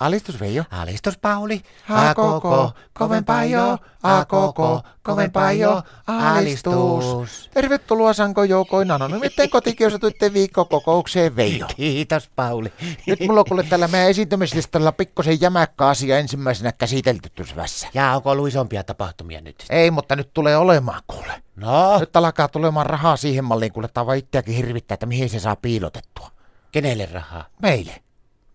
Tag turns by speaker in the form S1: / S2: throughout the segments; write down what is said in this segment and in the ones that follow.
S1: Alistus Veijo.
S2: Alistus Pauli.
S1: A koko, kovempaa jo. A koko, kovempaa jo. Alistus.
S2: Alistus.
S1: Tervetuloa sankojoukoina. No nimittäin kotikiusatuitte viikkokokoukseen Veijo.
S2: Kiitos Pauli.
S1: Nyt mulla on kuule tällä meidän esiintymislistalla pikkusen jämäkkä asia ensimmäisenä käsitelty tässä.
S2: Ja onko ollut isompia tapahtumia nyt? sitten?
S1: Ei, mutta nyt tulee olemaan kuule.
S2: No,
S1: Nyt alkaa tulemaan rahaa siihen malliin, kuule tää vaan itseäkin hirvittää, että mihin se saa piilotettua.
S2: kenelle rahaa?
S1: Meille.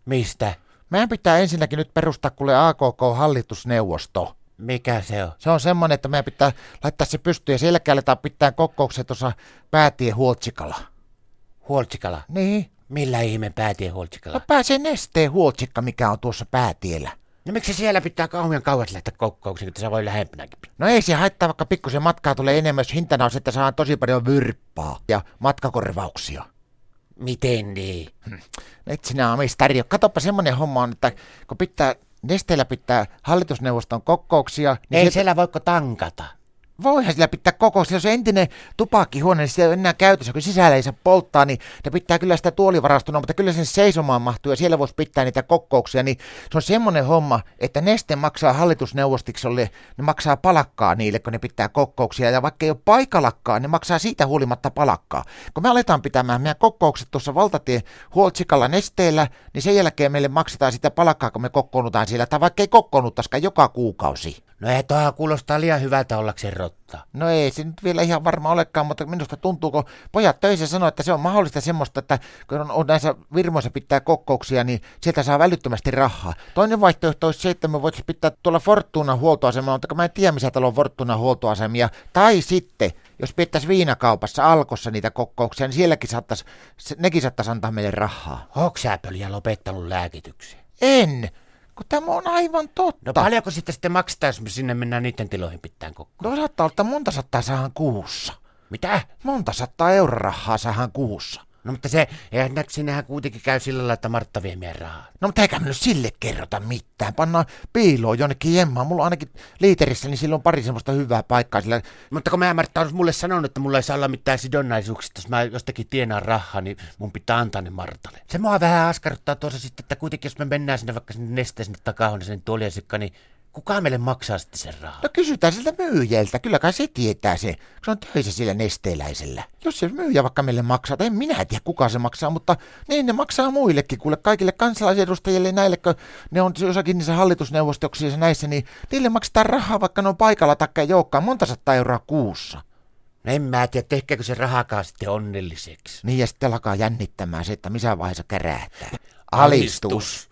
S2: Mistä?
S1: Meidän pitää ensinnäkin nyt perustaa kuule AKK-hallitusneuvosto.
S2: Mikä se on?
S1: Se on semmoinen, että meidän pitää laittaa se pystyyn ja selkeä aletaan pitää kokoukset tuossa päätien huoltsikalla.
S2: Huoltsikala.
S1: Niin.
S2: Millä ihmeen päätien huoltsikala?
S1: No pääsee nesteen huoltsikka, mikä on tuossa päätiellä.
S2: No miksi siellä pitää kauhean kauas lähteä kokouksiin, kun se voi lähempänäkin? pitää?
S1: No ei se haittaa, vaikka pikkusen matkaa tulee enemmän, jos hintana on se, että saa tosi paljon vyrppaa ja matkakorvauksia.
S2: Miten niin?
S1: Et sinä omistari. Katoppa semmoinen homma on, että kun pitää, nesteellä pitää hallitusneuvoston kokouksia, niin
S2: Ei
S1: se,
S2: siellä voiko tankata?
S1: voihan sillä pitää kokouksia. Jos on entinen tupakkihuone, niin sitä ei ole enää käytössä, kun sisällä ei saa polttaa, niin ne pitää kyllä sitä tuolivarastona, mutta kyllä sen seisomaan mahtuu ja siellä voisi pitää niitä kokouksia. Niin se on semmoinen homma, että neste maksaa hallitusneuvostikolle, ne maksaa palakkaa niille, kun ne pitää kokouksia. Ja vaikka ei ole paikallakaan, ne maksaa siitä huolimatta palakkaa. Kun me aletaan pitämään meidän kokoukset tuossa valtatien huoltsikalla nesteellä, niin sen jälkeen meille maksetaan sitä palakkaa, kun me kokkoonnutaan siellä. Tai vaikka ei kokkoonnuttaisikaan joka kuukausi.
S2: No ei toha kuulostaa liian hyvältä ollakseen rotta.
S1: No ei se nyt vielä ihan varma olekaan, mutta minusta tuntuu, kun pojat töissä sanoo, että se on mahdollista semmoista, että kun on, on näissä virmoissa pitää kokouksia, niin sieltä saa välittömästi rahaa. Toinen vaihtoehto olisi se, että me voitaisiin pitää tuolla Fortuna huoltoasemalla, mutta kun mä en tiedä, missä täällä on Fortuna huoltoasemia. Tai sitten, jos pidettäisiin viinakaupassa alkossa niitä kokouksia, niin sielläkin saattaisi, se- nekin saattaisi antaa meille rahaa.
S2: Onko sä pöliä lopettanut lääkityksen?
S1: En, kun tämä on aivan totta.
S2: No paljonko sitä sitten maksetaan, jos me sinne mennään niiden tiloihin pitää kokkoa?
S1: no saattaa olla, että monta saattaa saada kuussa.
S2: Mitä?
S1: Monta sataa eurorahaa saadaan kuussa.
S2: No mutta se, eihän nä- sinnehän kuitenkin käy sillä lailla, että Martta vie meidän rahaa.
S1: No mutta eikä me nyt sille kerrota mitään. Pannaan piiloon jonnekin jemmaan. Mulla on ainakin liiterissä, niin silloin on pari semmoista hyvää paikkaa. Sillä...
S2: Mutta kun mä Martta on mulle sanonut, että mulla ei saa olla mitään sidonnaisuuksia, että jos mä jostakin tienaan rahaa, niin mun pitää antaa ne Martalle. Se mua vähän askarruttaa tuossa sitten, että kuitenkin jos me mennään sinne vaikka sinne nesteen sinne takahuoneeseen tuoliasikka, niin kuka meille maksaa sitten sen rahaa?
S1: No kysytään siltä myyjältä. Kyllä kai se tietää se, kun se on töissä sillä nesteeläisellä. Jos se myyjä vaikka meille maksaa, tai en minä tiedä kuka se maksaa, mutta niin ne maksaa muillekin. Kuule kaikille kansalaisedustajille ja näille, kun ne on jossakin niissä hallitusneuvostoksissa ja näissä, niin niille maksetaan rahaa, vaikka ne on paikalla takka ei olekaan. Monta sataa euroa kuussa.
S2: No en mä tiedä, tehkääkö se rahakaan sitten onnelliseksi.
S1: Niin ja sitten alkaa jännittämään se, että missä vaiheessa kärähtää.
S2: Alistus.